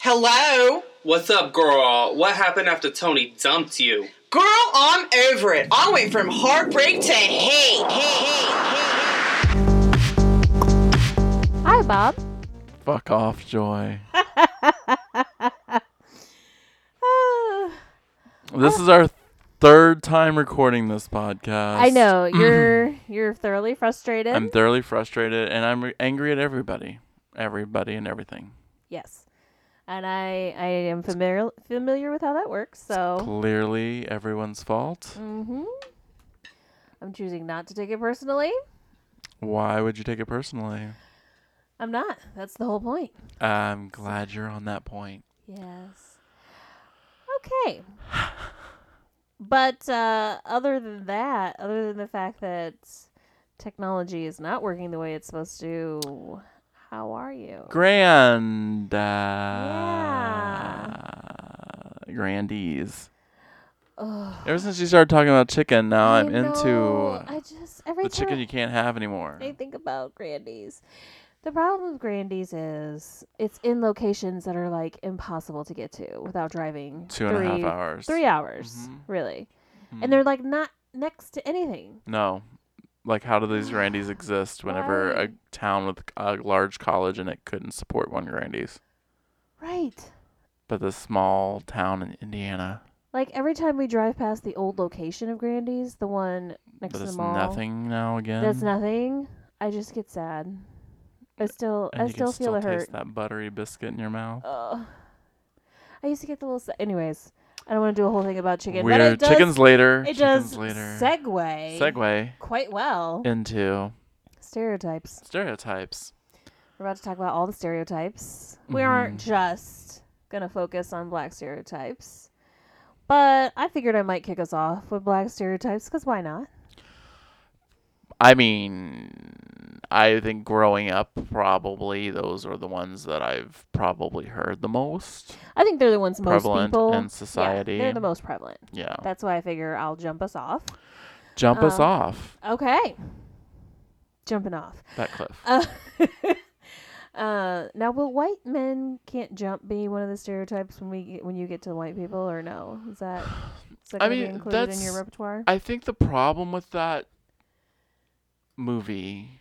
hello? What's up, girl? What happened after Tony dumped you? Girl, I'm over it. I went from heartbreak to hate, hate, hate, hate. Hi, Bob. Fuck off, Joy. Ah, This is our third time recording this podcast. I know you're you're thoroughly frustrated. I'm thoroughly frustrated and I'm re- angry at everybody. Everybody and everything. yes, and I I am familiar familiar with how that works. So Clearly everyone's fault. hmm I'm choosing not to take it personally. Why would you take it personally? I'm not. That's the whole point. I'm glad you're on that point. Yes. Okay. But uh, other than that, other than the fact that technology is not working the way it's supposed to, how are you? Grand uh, Yeah. Grandees. Ugh. Ever since you started talking about chicken, now I I'm know. into I just every the time chicken you can't have anymore. I think about Grandy's. The problem with Grandy's is it's in locations that are like impossible to get to without driving Two and a half three- hours. Three hours, Mhm. really. Mhm. And they're like not next to anything. No. Like, how do these Grandys exist whenever a Ah, Why? town with a large college and it couldn't support one Grandy's? Right. But this small town in Indiana, Like every time we drive past the old location of Grandy's, the one next but to it's the mall, nothing now again. That's nothing. I just get sad. I still, And I you still feel can still the hurt. Uh, taste that buttery biscuit in your mouth. Ugh. I used to get the little. Se- Anyways, I don't want to do a whole thing about chicken. But Weird. it does, chickens later. It chickens does later. segue. Segue Quite well. into Stereotypes. stereotypes. We're about to talk about all the stereotypes. Mm-hmm. We aren't just gonna focus on black stereotypes, but I figured I might kick us off with black stereotypes because why not? I mean, I think growing up, probably those are the ones that I've probably heard the most. I think they're the ones most Prevalent people in yeah, society. they're the most prevalent. Yeah. That's why I figure I'll jump us off. Jump us um, off Okay, jumping off. that cliff. Uh, uh, now, will white men can't jump be one of the stereotypes when we get- when you get to white people or no? Is that is that I gonna be mean, included in your that's- repertoire? I think the problem with that movie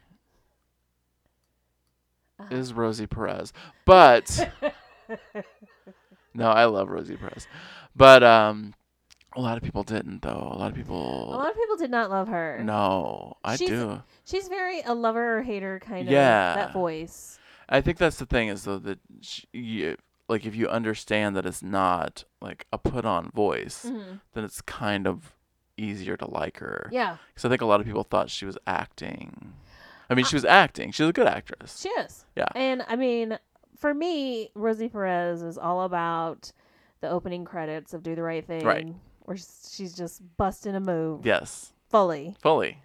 Uh-huh. is Rosie Perez. But No, I love Rosie Perez. But um a lot of people didn't though. A lot of A people lot of people did not love her. No, I She's- do. She's very a lover or hater kind of. Yeah. That voice. I think that's the thing is though that sh you, like if you understand that it's not like a put on voice, then it's kind of easier to like her. Mm-hmm. Yeah, Because I think a lot of people thought she was acting. I mean, she was acting. She was a good actress. she is. Yeah. And I mean, for me, Rosie Perez is all about the opening credits of Do the Right Thing. Right. Where s- she's just busting a move Yes, fully. fully.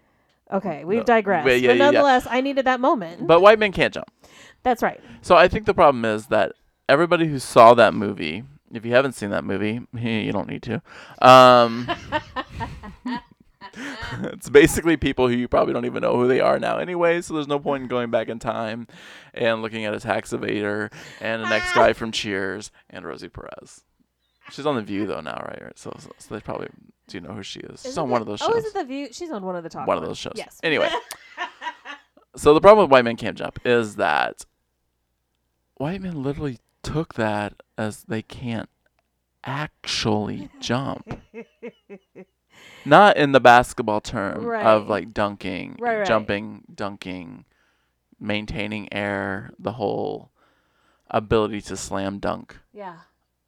Okay, we've No. digressed. Wait, yeah, but yeah, yeah. nonetheless, I needed that moment. But white men can't jump. That's right. So I think the problem is that everybody who saw that movie, if you haven't seen that movie, you don't need to. Um, it's basically people who you probably don't even know who they are now anyway, so there's no point in going back in time and looking at a tax evader and an ex Ah. guy from Cheers and Rosie Perez. She's on The View, though, now, right? So, so, so they probably do know who she is. She's Isn't on one that- of those Oh, shows. is it the view? She's on one of the talk. one of those shows. Yes. Anyway, so the problem with white men can't jump is that white men literally took that as they can't actually jump. Not in the basketball term Right. of like dunking, Right, right. jumping, dunking, maintaining air, the whole ability to slam dunk Yeah.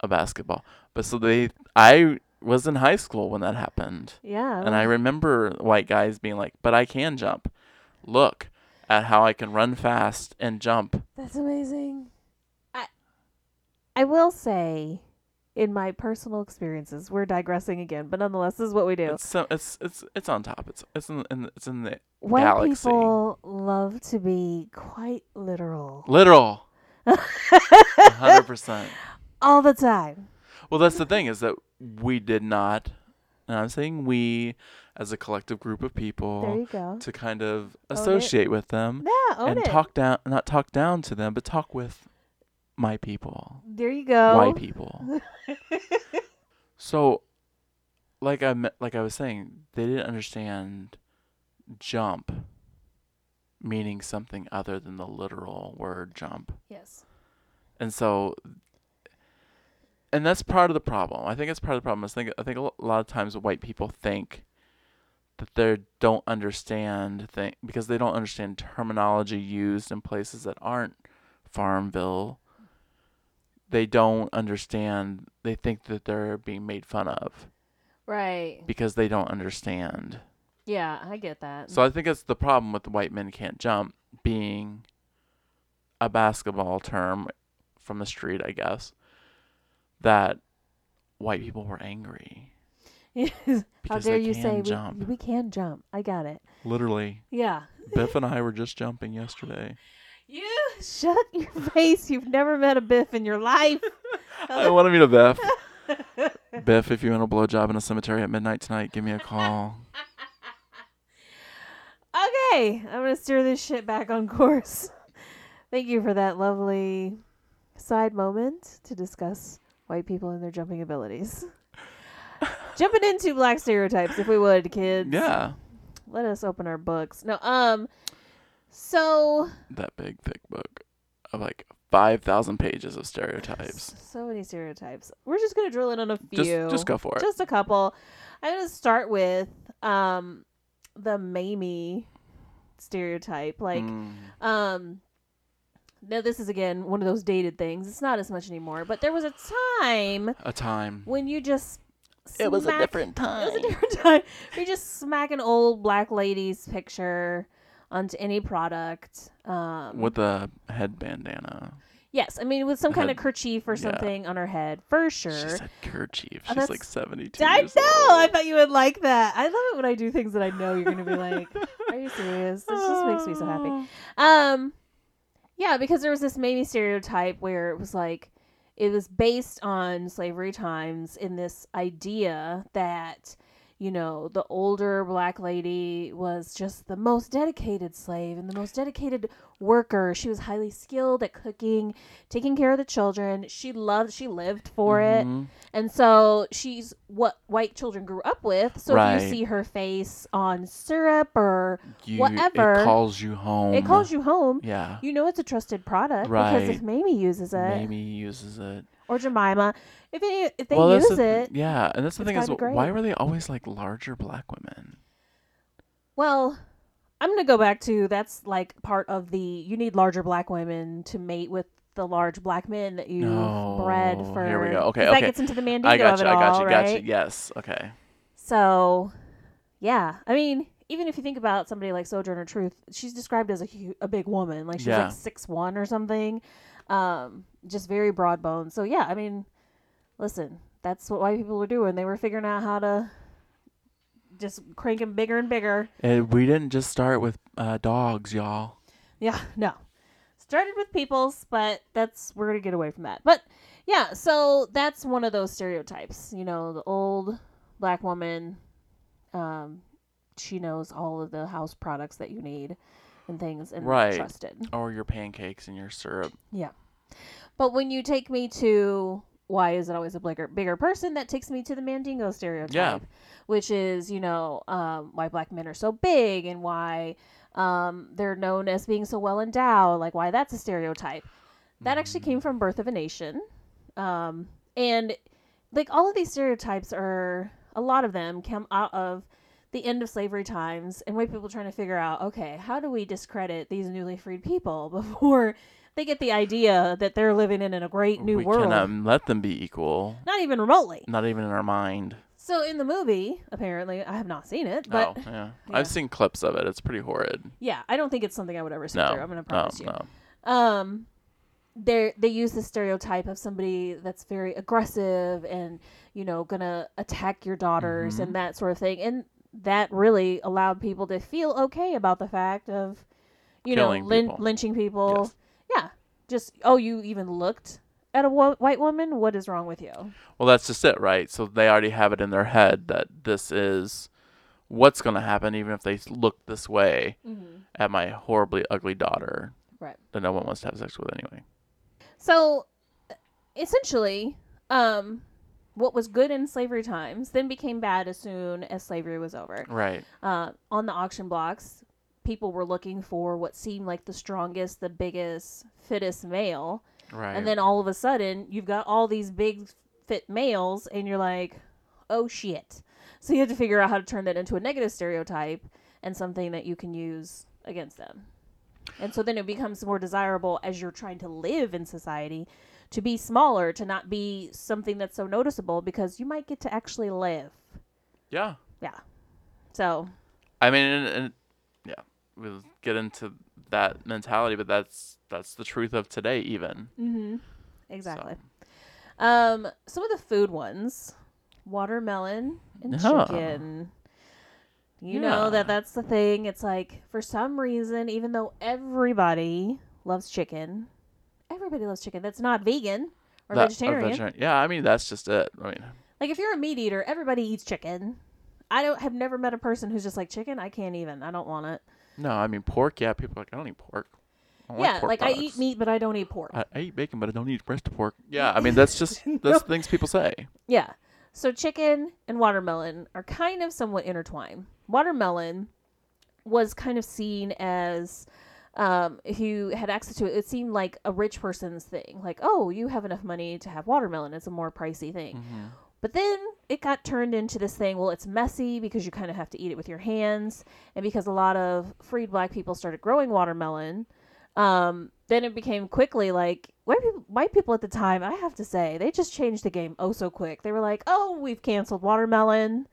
a basketball. But so they, I was in high school when that happened. Yeah. And I remember white guys being like, but I can jump. Look at how I can run fast and jump. That's amazing. I I will say, in my personal experiences, we're digressing again, but nonetheless, this is what we do. It's so it's it's it's on top. It's it's in, in it's in the White galaxy. people love to be quite literal literal. hundred percent. all the time. Well, that's the thing is that we did not, and I'm saying we, as a collective group of There people, you go. to kind of it. associate with them Yeah, own and it. talk down, not talk down to them, but talk with my people, There you go. white people. so, like I me- like I was saying, they didn't understand jump meaning something other than the literal word jump. Yes. And so, and that's part of the problem. I think that's part of the problem. Is think I think a lo- lot of times white people think that they don't understand thing because they don't understand terminology used in places that aren't Farmville. They don't understand. They think that they're being made fun of Right. because they don't understand. Yeah, I get that. So I think that's the problem with white men can't jump being a basketball term from the street, I guess. That white people were angry. How Because dare they you say can we- jump. We, can jump? I got it. Literally. Yeah. Biff and I were just jumping yesterday. You shut your face. You've never met a Biff in your life. I want to meet a Biff. Biff, if you want a blowjob in a cemetery at midnight tonight, give me a call. Okay, I'm gonna steer this shit back on course. Thank you for that lovely side moment to discuss white people and their jumping abilities. Jumping into black stereotypes, if we would, kids. Yeah. Let us open our books. No, um. So That big, thick book of like 5,000 pages of stereotypes. so many stereotypes. We're just gonna drill in on a few. Just, just go for it. Just a couple. I'm gonna start with um the Mamie stereotype, like. Mm. Um now this is again one of those dated things. It's not as much anymore, but there was a time a time. when you just It was a smack- different It was a time. different time. We just smack an old black lady's picture onto any product. Um with a head bandana. Yes, I mean with some kind of Head- kerchief or yeah. something on her head, for sure. She said kerchief. Oh, She's like that's- 72 I know. years I old. thought you would like that. I love it when I do things that I know you're gonna be like, "Are you serious?" This just makes me so happy. Ah. Um, yeah, because there was this maybe stereotype where it was like it was based on slavery times in this idea that you know the older black lady was just the most dedicated slave and the most dedicated worker she was highly skilled at cooking taking care of the children she loved she lived for it Mhm. and so she's what white children grew up with. So if Right. you see her face on syrup or You, whatever. It calls you home. it calls you home, Yeah. you know it's a trusted product because if Right. Mamie uses it Mamie uses it. or Jemima, if any if they well, that's use the, it, Yeah, and that's the it's thing is, gotta be why great. were they always like larger black women? well, I'm gonna go back to that's like part of the you need larger black women to mate with the large black men that you have bred No, for. Oh, here we go. Okay, 'cause okay. That gets into the Mandingo I got of you. it I got all, you. right? Got you. Yes. Okay. So, yeah, I mean, even if you think about somebody like Sojourner Truth, she's described as a hu- a big woman, like she's Yeah. like six one or something, um, just very broad boned. So yeah, I mean, listen, that's what white people were doing. They were figuring out how to just crank 'em bigger and bigger. And we didn't just start with uh, dogs, y'all. Yeah, no. Started with peoples, but that's we're gonna get away from that. But yeah, so that's one of those stereotypes. You know, the old black woman, um, she knows all of the house products that you need and things and Right. trusted. Or your pancakes and your syrup. Yeah. But when you take me to why is it always a bigger bigger person, that takes me to the Mandingo stereotype. Which is, you know, um, why black men are so big and why um, they're known as being so well endowed, like why that's a stereotype. That actually came from Birth of a Nation. Um, and like all of these stereotypes are a lot of them come out of the end of slavery times and white people trying to figure out okay how do we discredit these newly freed people before they get the idea that they're living in, in a great new we world cannot let them be equal. not even remotely Not even in our mind. so in the movie apparently i have not seen it but oh, yeah. yeah. I've seen clips of it. It's pretty horrid. yeah i don't think it's something i would ever sit No. through i'm gonna promise no, you no. um they they use the stereotype of somebody that's very aggressive and you know gonna attack your daughters Mm-hmm. and that sort of thing and that really allowed people to feel okay about the fact of you Killing know lyn- people. lynching people Yes. yeah just oh you even looked at a wo- white woman what is wrong with you Well, that's just it, right? So they already have it in their head that this is what's going to happen, even if they s- look this way Mm-hmm. at my horribly ugly daughter right that no one wants to have sex with anyway. so essentially, um, what was good in slavery times then became bad as soon as slavery was over. Right. Uh, on the auction blocks, people were looking for what seemed like the strongest, the biggest, fittest male. Right. And then all of a sudden, you've got all these big, fit males, and you're like, oh shit. So you have to figure out how to turn that into a negative stereotype and something that you can use against them. And so then it becomes more desirable as you're trying to live in society to be smaller, to not be something that's so noticeable because you might get to actually live. yeah. Yeah. So, I mean, and, and yeah, we'll get into that mentality, but that's that's the truth of today, even. exactly. Um, some of the food ones watermelon and Yeah. chicken. You know Yeah. that that's the thing. It's like, for some reason, even though everybody loves chicken, everybody loves chicken that's not vegan or That- a vegetarian. vegetarian- Yeah, I mean that's just it. I mean, Like if you're a meat eater, everybody eats chicken. I don't have never met a person who's just like chicken. I can't even. I don't want it. no, I mean pork. Yeah, people are like I don't eat pork. I don't yeah, pork like I eat products. meat, but I don't eat pork. I, I eat bacon, but I don't eat breast pork. Yeah, I mean that's just that's things people say. yeah. So chicken and watermelon are kind of somewhat intertwined. Watermelon was kind of seen as um, if you had access to it, it seemed like a rich person's thing. Like, oh, you have enough money to have watermelon. It's a more pricey thing. But then it got turned into this thing well, it's messy because you kind of have to eat it with your hands. And because a lot of freed black people started growing watermelon, um, then it became quickly like white people, white people at the time, I have to say, they just changed the game oh so quick. They were like, oh, we've canceled watermelon.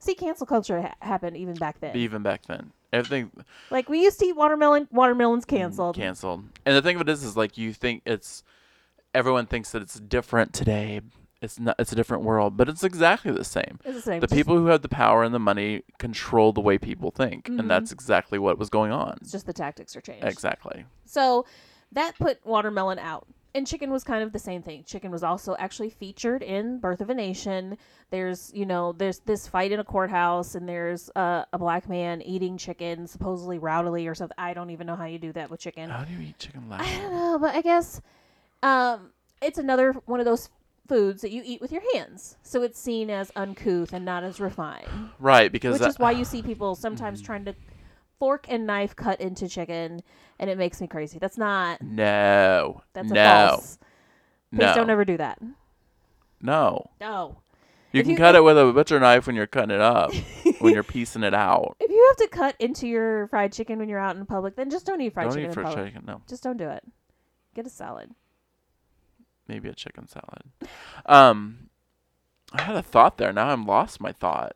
See, cancel culture ha- happened even back then. Even back then, everything Like we used to eat watermelon. Watermelon's canceled. canceled. And the thing of it is, is like you think it's everyone thinks that it's different today. It's not. It's a different world, but it's exactly the same. It's the same. The just- people who have the power and the money control the way people think, and that's exactly what was going on. Mm-hmm. It's just the tactics are changed. Exactly. So that put watermelon out. And chicken was kind of the same thing. Chicken was also actually featured in Birth of a Nation. There's, you know, there's this fight in a courthouse, and there's uh, a black man eating chicken, supposedly routily or something. I don't even know how you do that with chicken. How do you eat chicken I last? don't know, but I guess um, it's another one of those foods that you eat with your hands. So it's seen as uncouth and not as refined. Right, because which that- is why you see people Mm-hmm. sometimes trying to fork and knife cut into chicken, and it makes me crazy. That's not. no, That's a no, false. Please no, don't ever do that. no. No. You If can you- cut it with a butcher knife when you're cutting it up, when you're piecing it out. If you have to cut into your fried chicken when you're out in public, then just don't eat fried don't chicken eat in fried public. chicken. No, Just don't do it. Get a salad. maybe a chicken salad. Um, I had a thought there. Now I'm lost my thought.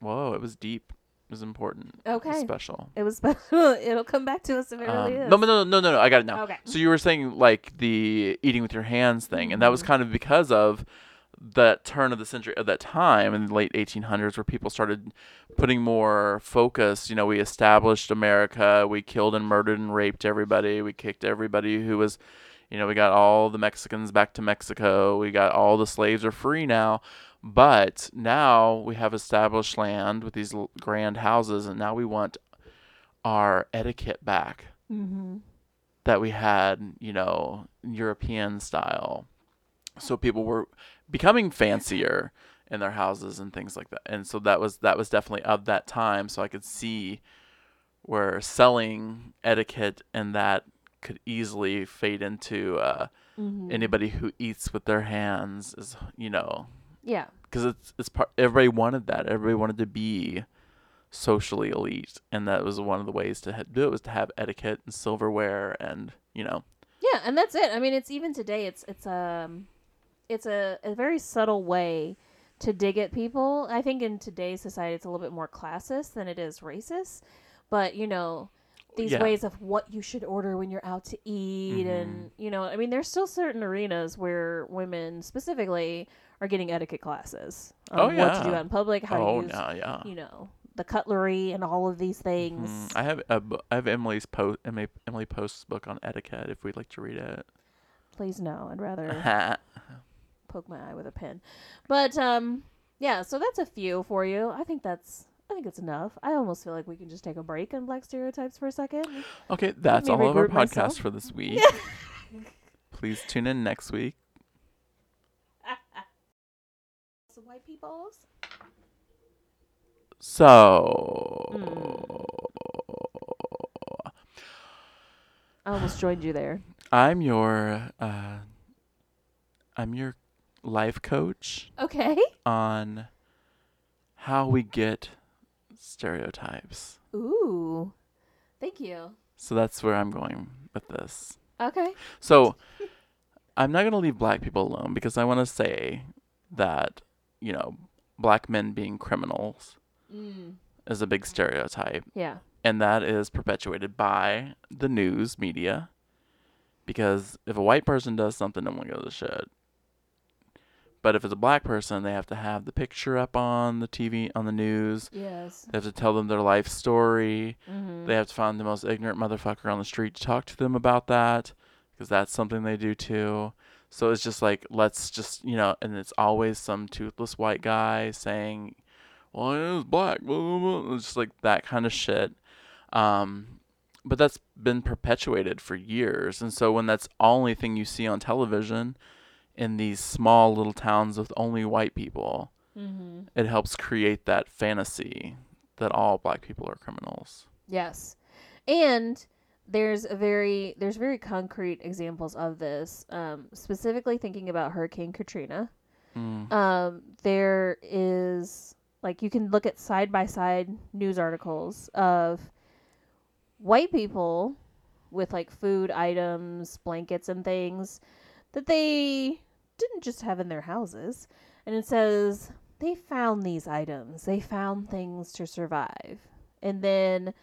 Whoa, it was deep. It was important. It was Okay. special. It was special. It'll come back to us if it really Um, is. no, no, no, no, no, no. I got it now. Okay. So you were saying like the eating with your hands thing, and that Mm-hmm. was kind of because of the turn of the century of that time in the late 1800s where people started putting more focus you know we established america we killed and murdered and raped everybody we kicked everybody who was you know we got all the mexicans back to mexico we got all the slaves are free now but now we have established land with these l- grand houses and now we want our etiquette back Mm-hmm. that we had, you know, European style. So people were becoming fancier in their houses and things like that. And so that was that was definitely of that time. So I could see where selling etiquette and that could easily fade into uh, Mhm. anybody who eats with their hands is, you know, Yeah. because it's it's part. Everybody wanted that. Everybody wanted to be socially elite, and that was one of the ways to ha- do it was to have etiquette and silverware, and you know, Yeah, and that's it. I mean, it's even today. It's it's um, it's a, a very subtle way to dig at people. I think in today's society, it's a little bit more classist than it is racist. But you know, these Yeah. ways of what you should order when you're out to eat, and Mm-hmm. you know, I mean, there's still certain arenas where women specifically are getting etiquette classes. on Oh, what to do yeah. out in public, how oh to use, yeah, yeah. you know, the cutlery and all of these things. Mm, I have a bu- I have Emily's post Emily, Emily Post's book on etiquette if we'd like to read it. Please no, I'd rather. yeah, poke my eye with a pin. But um yeah, so that's a few for you. I think that's I think it's enough. I almost feel like we can just take a break on black stereotypes for a second. okay, that's me all of our regroup podcast myself. for this week. Please tune in next week white peoples. So Mm. I almost joined you there. I'm your uh, I'm your life coach Okay. on how we get stereotypes. Ooh. Thank you. So that's where I'm going with this. Okay. So I'm not going to leave black people alone because I want to say that, you know, black men being criminals is a big stereotype. Yeah. And that is perpetuated by the news media. Because if a white person does something, no one gives a shit. But if it's a black person, they have to have the picture up on the TV, on the news. Yes. They have to tell them their life story. Mm-hmm. They have to find the most ignorant motherfucker on the street to talk to them about that because that's something they do too. So it's just like, let's just, you know, and it's always some toothless white guy saying, well, I was black, blah, blah, blah. It's just like that kind of shit. Um, but that's been perpetuated for years. And so when that's only thing you see on television in these small little towns with only white people, Mm-hmm. it helps create that fantasy that all black people are criminals. Yes. And there's a very there's very concrete examples of this. Um, specifically thinking about Hurricane Katrina. Mm. Um, there is like you can look at side by side news articles of white people with like food items, blankets and things that they didn't just have in their houses. And it says they found these items. They found things to survive. And then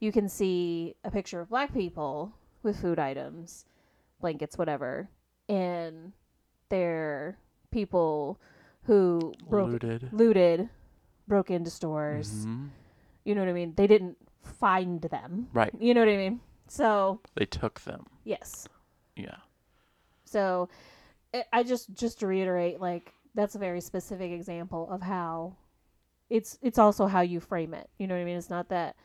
you can see a picture of black people with food items, blankets, whatever. And they're people who broke Looted. looted, broke into stores. Mhm. You know what I mean? They didn't find them. Right. You know what I mean? So, They took them. yes. Yeah. So eh, I- I just just to reiterate like that's a very specific example of how it's it's also how you frame it. You know what I mean? It's not that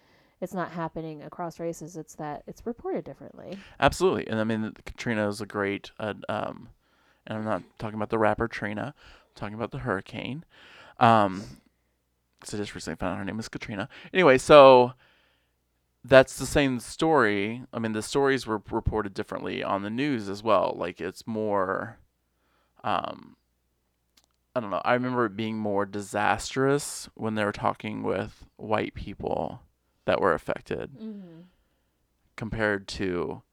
it's not happening across races, it's that it's reported differently. Absolutely. And I mean, th- Katrina is a great, uh, um, and I'm not talking about the rapper Trina, I'm talking about the hurricane. Um, because I just recently found out her name is Katrina. Anyway, so that's the same story. I mean, the stories were reported differently on the news as well. Like, it's more, um, I don't know. I remember it being more disastrous when they were talking with white people that were affected. Mm-hmm. compared to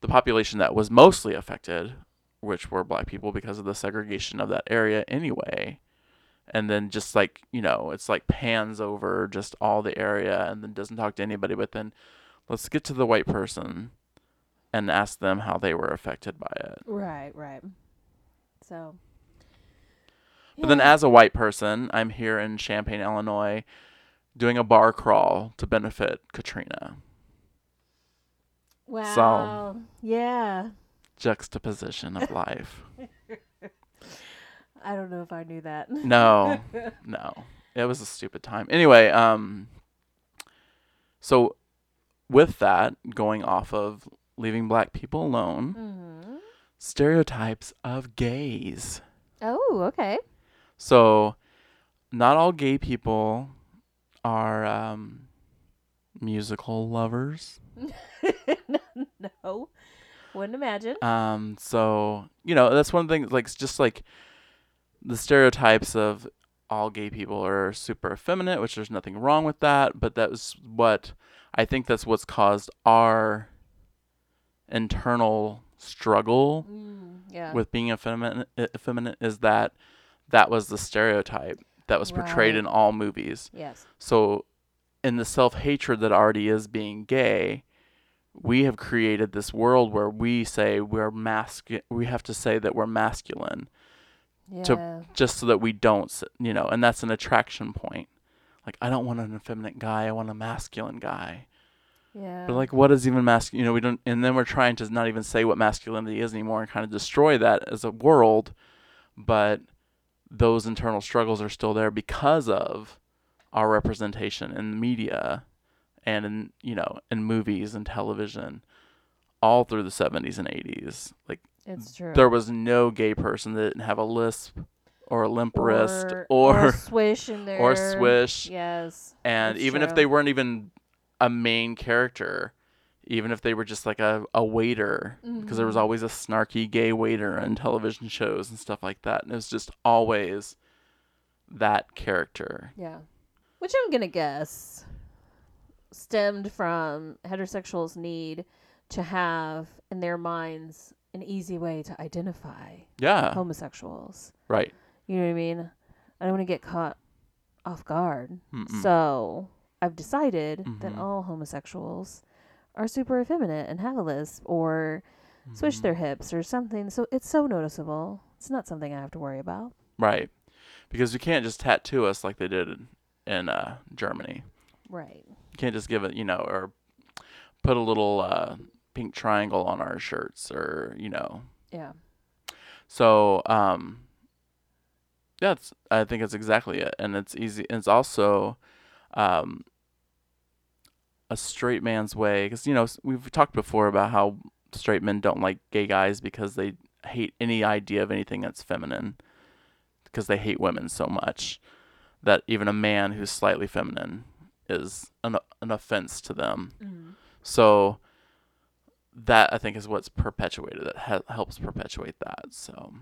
the population that was mostly affected, which were black people because of the segregation of that area anyway. And then just like, you know, it's like pans over just all the area and then doesn't talk to anybody. But then let's get to the white person and ask them how they were affected by it. Right, right. So But then Yeah. as a white person, I'm here in Champaign, Illinois doing a bar crawl to benefit Katrina. wow. so- Yeah. Juxtaposition of life. I don't know if I knew that. No, no, it was a stupid time. Anyway, um, so with that, going off of leaving black people alone, Mm-hmm. stereotypes of gays. Oh, okay. So, not all gay people are um, musical lovers. no. Wouldn't imagine. Um, so you know that's one thing. Like s- just like the stereotypes of all gay people are super effeminate, which there's nothing wrong with that. But that was what I think that's what's caused our internal struggle Mm, yeah. with being effeminate. e- Effeminate is that that was the stereotype that was portrayed Right. in all movies. yes. So, in the self hatred that already is being gay, we have created this world where we say we're masculine. We have to say that we're masculine Yeah. to just so that we don't, s- you know. And that's an attraction point. Like I don't want an effeminate guy. I want a masculine guy. yeah. But like, what is even masculine? You know, we don't. And then we're trying to not even say what masculinity is anymore, and kind of destroy that as a world. But those internal struggles are still there because of our representation in the media, and in you know, in movies and television, all through the 70s and 80s. Like it's true. there was no gay person that didn't have a lisp or a limp wrist or, or a swish in there or swish. Yes. and that's even if true. they weren't even a main character even if they were just like a, a waiter because there Mm-hmm. was always a snarky gay waiter on television shows and stuff like that and it was just always that character Yeah. Which I'm going to guess stemmed from heterosexuals' need to have, in their minds, an easy way to identify yeah Oh. homosexuals. right You know what I mean? I don't want to get caught off guard. So I've decided Mm-hmm. that all homosexuals are super effeminate and have a lisp or Mm-hmm. switch their hips or something. So it's so noticeable. It's not something I have to worry about. right because you can't just tattoo us like they did in, in uh, germany Right. you can't just give it you know or put a little uh, pink triangle on our shirts or you know Yeah. So, um, yeah, it's, I think it's exactly it, and it's easy. And it's also, um, a straight man's way because you know s- we've talked before about how straight men don't like gay guys because they hate any idea of anything that's feminine because they hate women so much that even a man who's slightly feminine is an an offense to them. So that I think is what's perpetuated that he- helps perpetuate that. So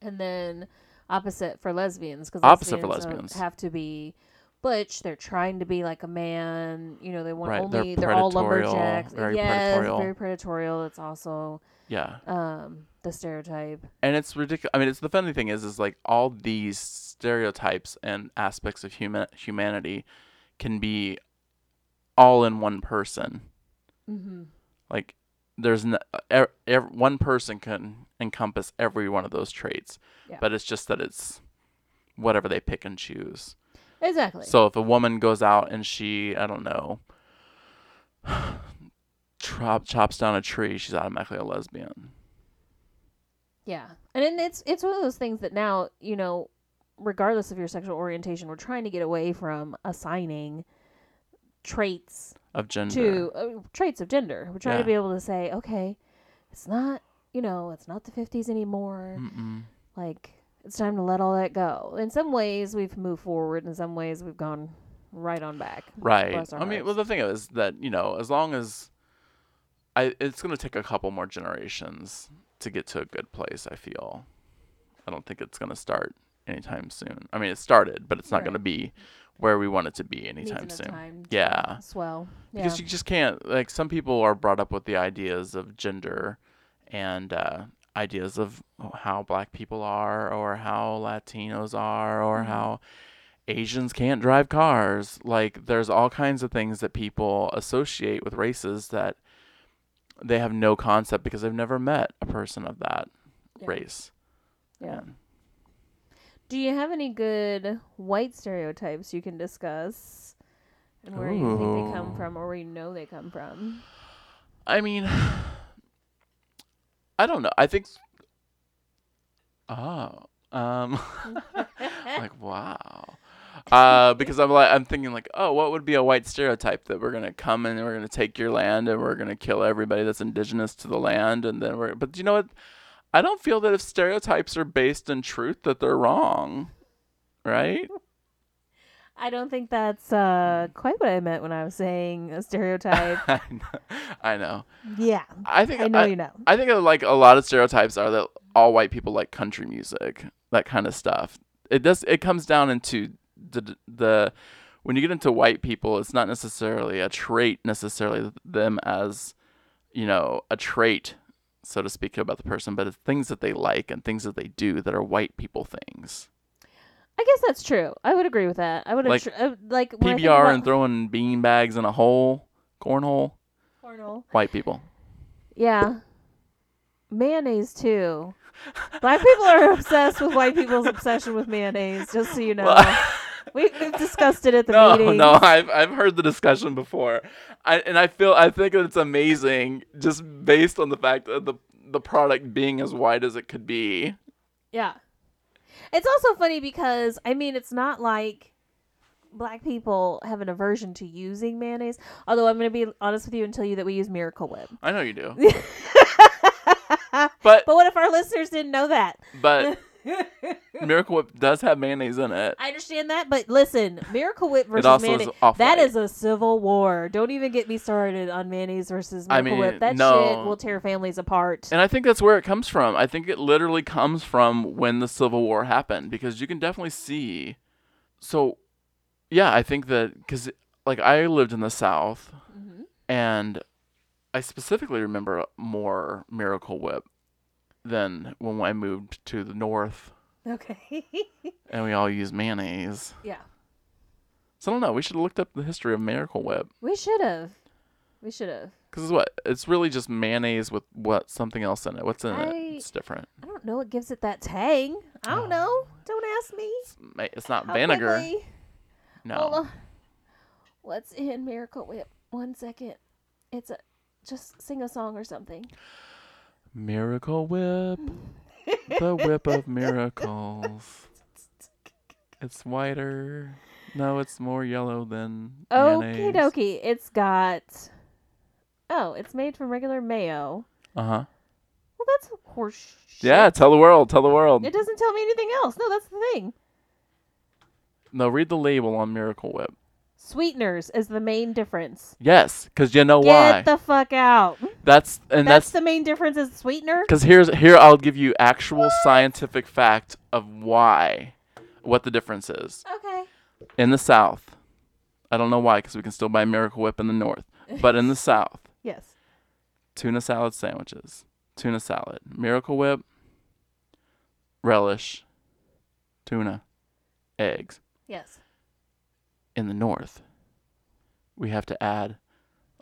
and then opposite for lesbians because Opposite for lesbians. have to be butch they're trying to be like a man you know they want Right, they're only they're, all predatorial, lumberjacks very yes predatorial. very predatorial it's also yeah, um the stereotype and it's ridiculous. I mean, it's the funny thing is, is like all these stereotypes and aspects of human humanity can be all in one person. mm-hmm. Like there's no, er, ev one person can encompass every one of those traits, Yeah. but it's just that it's whatever they pick and choose. exactly So if a woman goes out and she, I don't know, chop, chops down a tree, she's automatically a lesbian. yeah and then it's it's one of those things that now you know regardless of your sexual orientation we're trying to get away from assigning traits Of gender. to uh, traits of gender. We're trying Yeah. to be able to say, okay, it's not, you know, it's not the 50s anymore. Mm-mm. Like, it's time to let all that go. In some ways, we've moved forward. In some ways, we've gone right on back. Right. Bless I our mean, hearts. well, the thing is that you know, as long as I, it's going to take a couple more generations to get to a good place. I feel. I don't think it's going to start anytime soon. I mean, it started, but it's not Right. going to be where we want it to be Needs anytime enough soon. time to Yeah. Swell. Yeah. because you just can't like some people are brought up with the ideas of gender and uh, ideas of how black people are or how latinos are Mm-hmm. or how asians can't drive cars like there's all kinds of things that people associate with races that they have no concept because they've never met a person of that Yeah. race yeah. And- Do you have any good white stereotypes you can discuss? And where you think they come Ooh. from or where you know they come from? I mean, I don't know. I think. Oh, um, like wow, uh, because I'm like I'm thinking like, oh, what would be a white stereotype that we're gonna come and we're gonna take your land and we're gonna kill everybody that's indigenous to the land and then we're. But you know what? I don't feel that if stereotypes are based in truth that they're wrong, right? I don't think that's uh, quite what I meant when I was saying a stereotype. I know. I know. yeah. I think I know you know. I think uh, like a lot of stereotypes are that all white people like country music, that kind of stuff. It does. It comes down into the the when you get into white people, it's not necessarily a trait necessarily them as you know a trait so to speak about the person, but it's things that they like and things that they do that are white people things. I guess that's true. I would agree with that. I would Like, like, uh, like when I think PBR and about throwing bean bags in a hole, cornhole, cornhole. white people. Yeah, mayonnaise too. Black people are obsessed with white people's obsession with mayonnaise. Just so you know, we, we've discussed it at the no, meeting. no, I've I've heard the discussion before, I, and I feel I think it's amazing just based on the fact of the the product being as wide as it could be. Yeah. It's also funny because I mean it's not like black people have an aversion to using mayonnaise. Although I'm going to be honest with you and tell you that we use Miracle Whip. I know you do, but But what if our listeners didn't know that? but Miracle Whip does have mayonnaise in it. I understand that, but listen, Miracle Whip versus also mayonnaise. is off-white. That is a civil war. Don't even get me started on mayonnaise versus I Miracle mean, Whip. That no. shit will tear families apart. And I think that's where it comes from. I think it literally comes from when the Civil War happened because you can definitely see. So, yeah, I think that because like I lived in the South Mhm. and I specifically remember more Miracle Whip than when I moved to the North Okay. and we all used mayonnaise. yeah. So I don't know. We should have looked up the history of Miracle Whip We should have. We should have. because what it's really just mayonnaise with what something else in it. What's in I- it? It's different. I don't know what gives it that tang. I don't know. Don't ask me. It's, ma- it's not How vinegar. quickly- No. Hold on. What's in Miracle Whip? One second. It's a just sing a song or something. Miracle Whip, the whip of miracles. It's whiter. No, it's more yellow than Okie mayonnaise. dokie. It's got Oh, it's made from regular mayo. Uh huh. Well that's horse shit. Yeah, tell the world. Tell the world. It doesn't tell me anything else. No, that's the thing. No, read the label on Miracle Whip. Sweeteners is the main difference. Yes, because you know why. Get the fuck out. that's and That's, that's the main difference is sweetener. Because here's here I'll give you actual scientific fact of why, what the difference is Okay. in the South. I don't know why, because we can still buy Miracle Whip in the North, but in the South, Yes. tuna salad sandwiches, tuna salad, Miracle Whip, relish, tuna, eggs. Yes. In the North, we have to add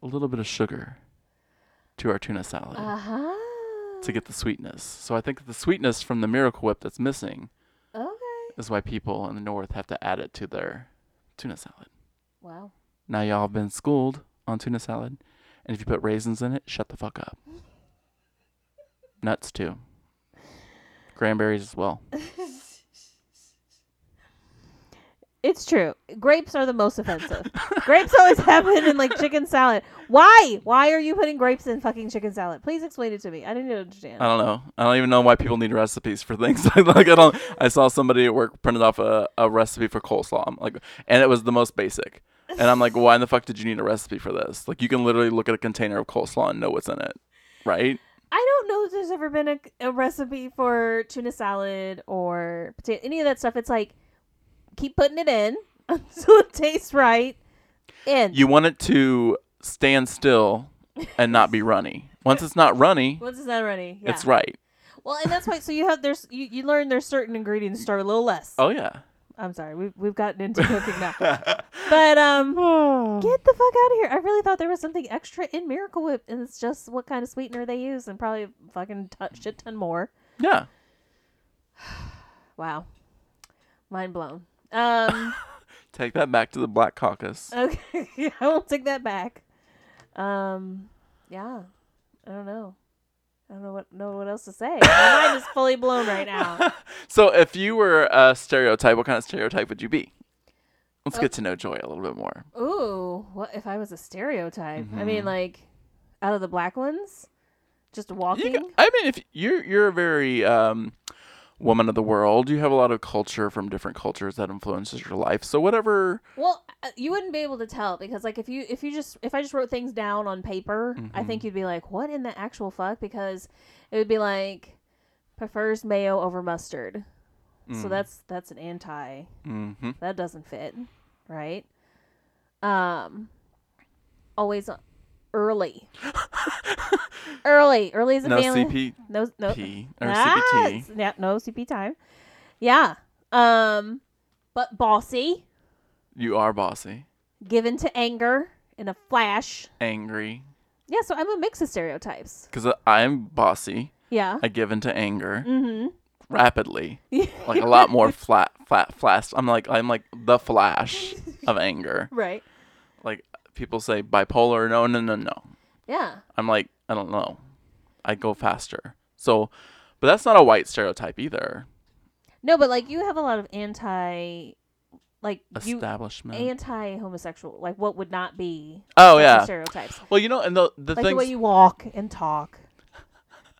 a little bit of sugar to our tuna salad. Uh-huh. to get the sweetness. So I think the sweetness from the Miracle Whip that's missing Okay. is why people in the north have to add it to their tuna salad. Wow. Now y'all have been schooled on tuna salad, and if you put raisins in it, shut the fuck up. Nuts too. Cranberries as well. It's true. Grapes are the most offensive. grapes always happen in like chicken salad. Why? Why are you putting grapes in fucking chicken salad? Please explain it to me. I didn't understand. I don't know. I don't even know why people need recipes for things like like I don't. I saw somebody at work printed off a, a recipe for coleslaw. I'm like, and it was the most basic. And I'm like, why in the fuck did you need a recipe for this? Like, you can literally look at a container of coleslaw and know what's in it, right? I don't know if there's ever been a, a recipe for tuna salad or potato, any of that stuff. It's like keep putting it in until it tastes right. And you want it to stand still and not be runny. Once it's not runny, once it's not ready, yeah. it's right. Well, and that's why. So you have there's you, you learn there's certain ingredients that are a little less. Oh yeah. I'm sorry, we've we've gotten into cooking now. But um, get the fuck out of here! I really thought there was something extra in Miracle Whip, and it's just what kind of sweetener they use, and probably a fucking t- shit ton more. Yeah. Wow, mind blown. Um, Take that back to the Black Caucus. okay, I won't take that back. Um, yeah, I don't know. I don't know what know what else to say. My mind is fully blown right now. So if you were a stereotype, what kind of stereotype would you be? Let's get to know Joy a little bit more. Ooh, what if I was a stereotype? I mean, like, out of the black ones, just You walking. g- I mean, if you're you're a very um, woman of the world, you have a lot of culture from different cultures that influences your life. So whatever. Well, uh, you wouldn't be able to tell because like if you if you just if I just wrote things down on paper, I think you'd be like, "What in the actual fuck?" because it would be like prefers mayo over mustard. So that's that's an anti. hmm That doesn't fit, right? Um always early. early, early is a No family. CP. No no P or Ah, CPT. it's- Yeah, no CP time. Yeah. Um but bossy You are bossy, given to anger in a flash. angry, Yeah, so I'm a mix of stereotypes. because I'm bossy. Yeah. I give into anger mm-hmm. rapidly, like a lot more flat, flat, flash. I'm like, I'm like the flash of anger. Right. Like people say bipolar. No, no, no, no. Yeah. I'm like, I don't know. I go faster. So, but that's not a white stereotype either. No, but like you have a lot of anti, like you Establishment. anti homosexual, like what would not be oh such a yeah. stereotypes, Well, you know, and the the like the things way you walk and talk.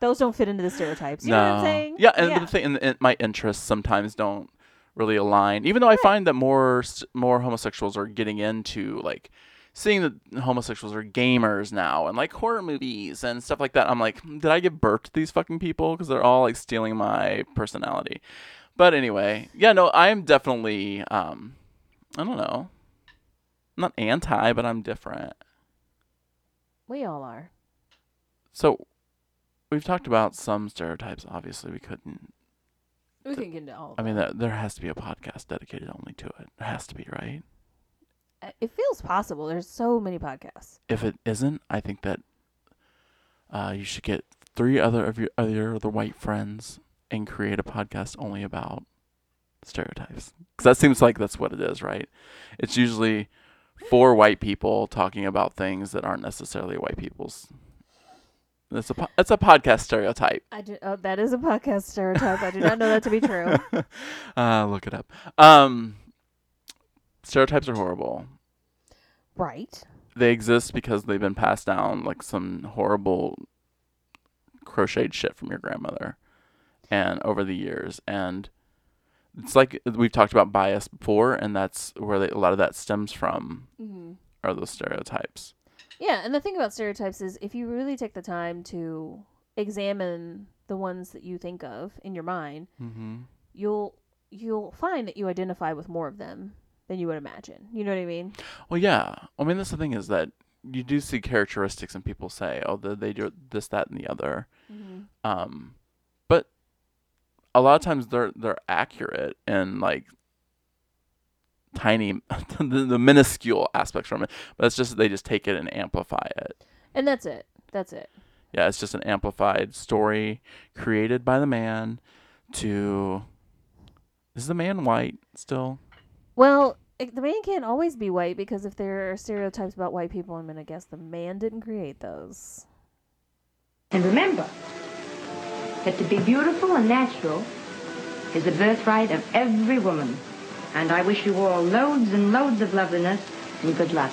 those don't fit into the stereotypes. You know what I'm saying? Yeah, and the thing, and, and my interests sometimes don't really align. Even though I find that more s- more homosexuals are getting into like seeing that homosexuals are gamers now and like horror movies and stuff like that. I'm like, "Hmm, did I give birth to these fucking people? Because they're all like stealing my personality. But anyway, yeah, no, I'm definitely, um, I don't know, I'm not anti, but I'm different. we all are. So we've talked about some stereotypes. Obviously, we couldn't We can get into all. I mean, there, there has to be a podcast dedicated only to it. There has to be, right? Uh, It feels possible. There's so many podcasts. If it isn't, I think that uh, you should get three other of your other other white friends and create a podcast only about stereotypes. Because that seems like that's what it is, right? It's usually four white people talking about things that aren't necessarily white people's. That's a po- that's a podcast stereotype. I do, oh, that is a podcast stereotype. I do not know that to be true. uh, look it up. Um, stereotypes are horrible. Right. they exist because they've been passed down like some horrible crocheted shit from your grandmother and over the years and it's like we've talked about bias before and that's where they, a lot of that stems from Mm-hmm. are those stereotypes Yeah, and the thing about stereotypes is if you really take the time to examine the ones that you think of in your mind, mm-hmm. you'll you'll find that you identify with more of them than you would imagine. You know what I mean? well yeah i mean that's the thing is that you do see characteristics and people say oh they, they do this that and the other um but a lot of times they're they're accurate and like tiny the, the minuscule aspects from it but it's just they just take it and amplify it And that's it. That's it. yeah it's just an amplified story created by the man to is the man white still Well, it- the man can't always be white because if there are stereotypes about white people, I'm gonna guess the man didn't create those. And remember that to be beautiful and natural is the birthright of every woman. And I wish you all loads and loads of loveliness and good luck.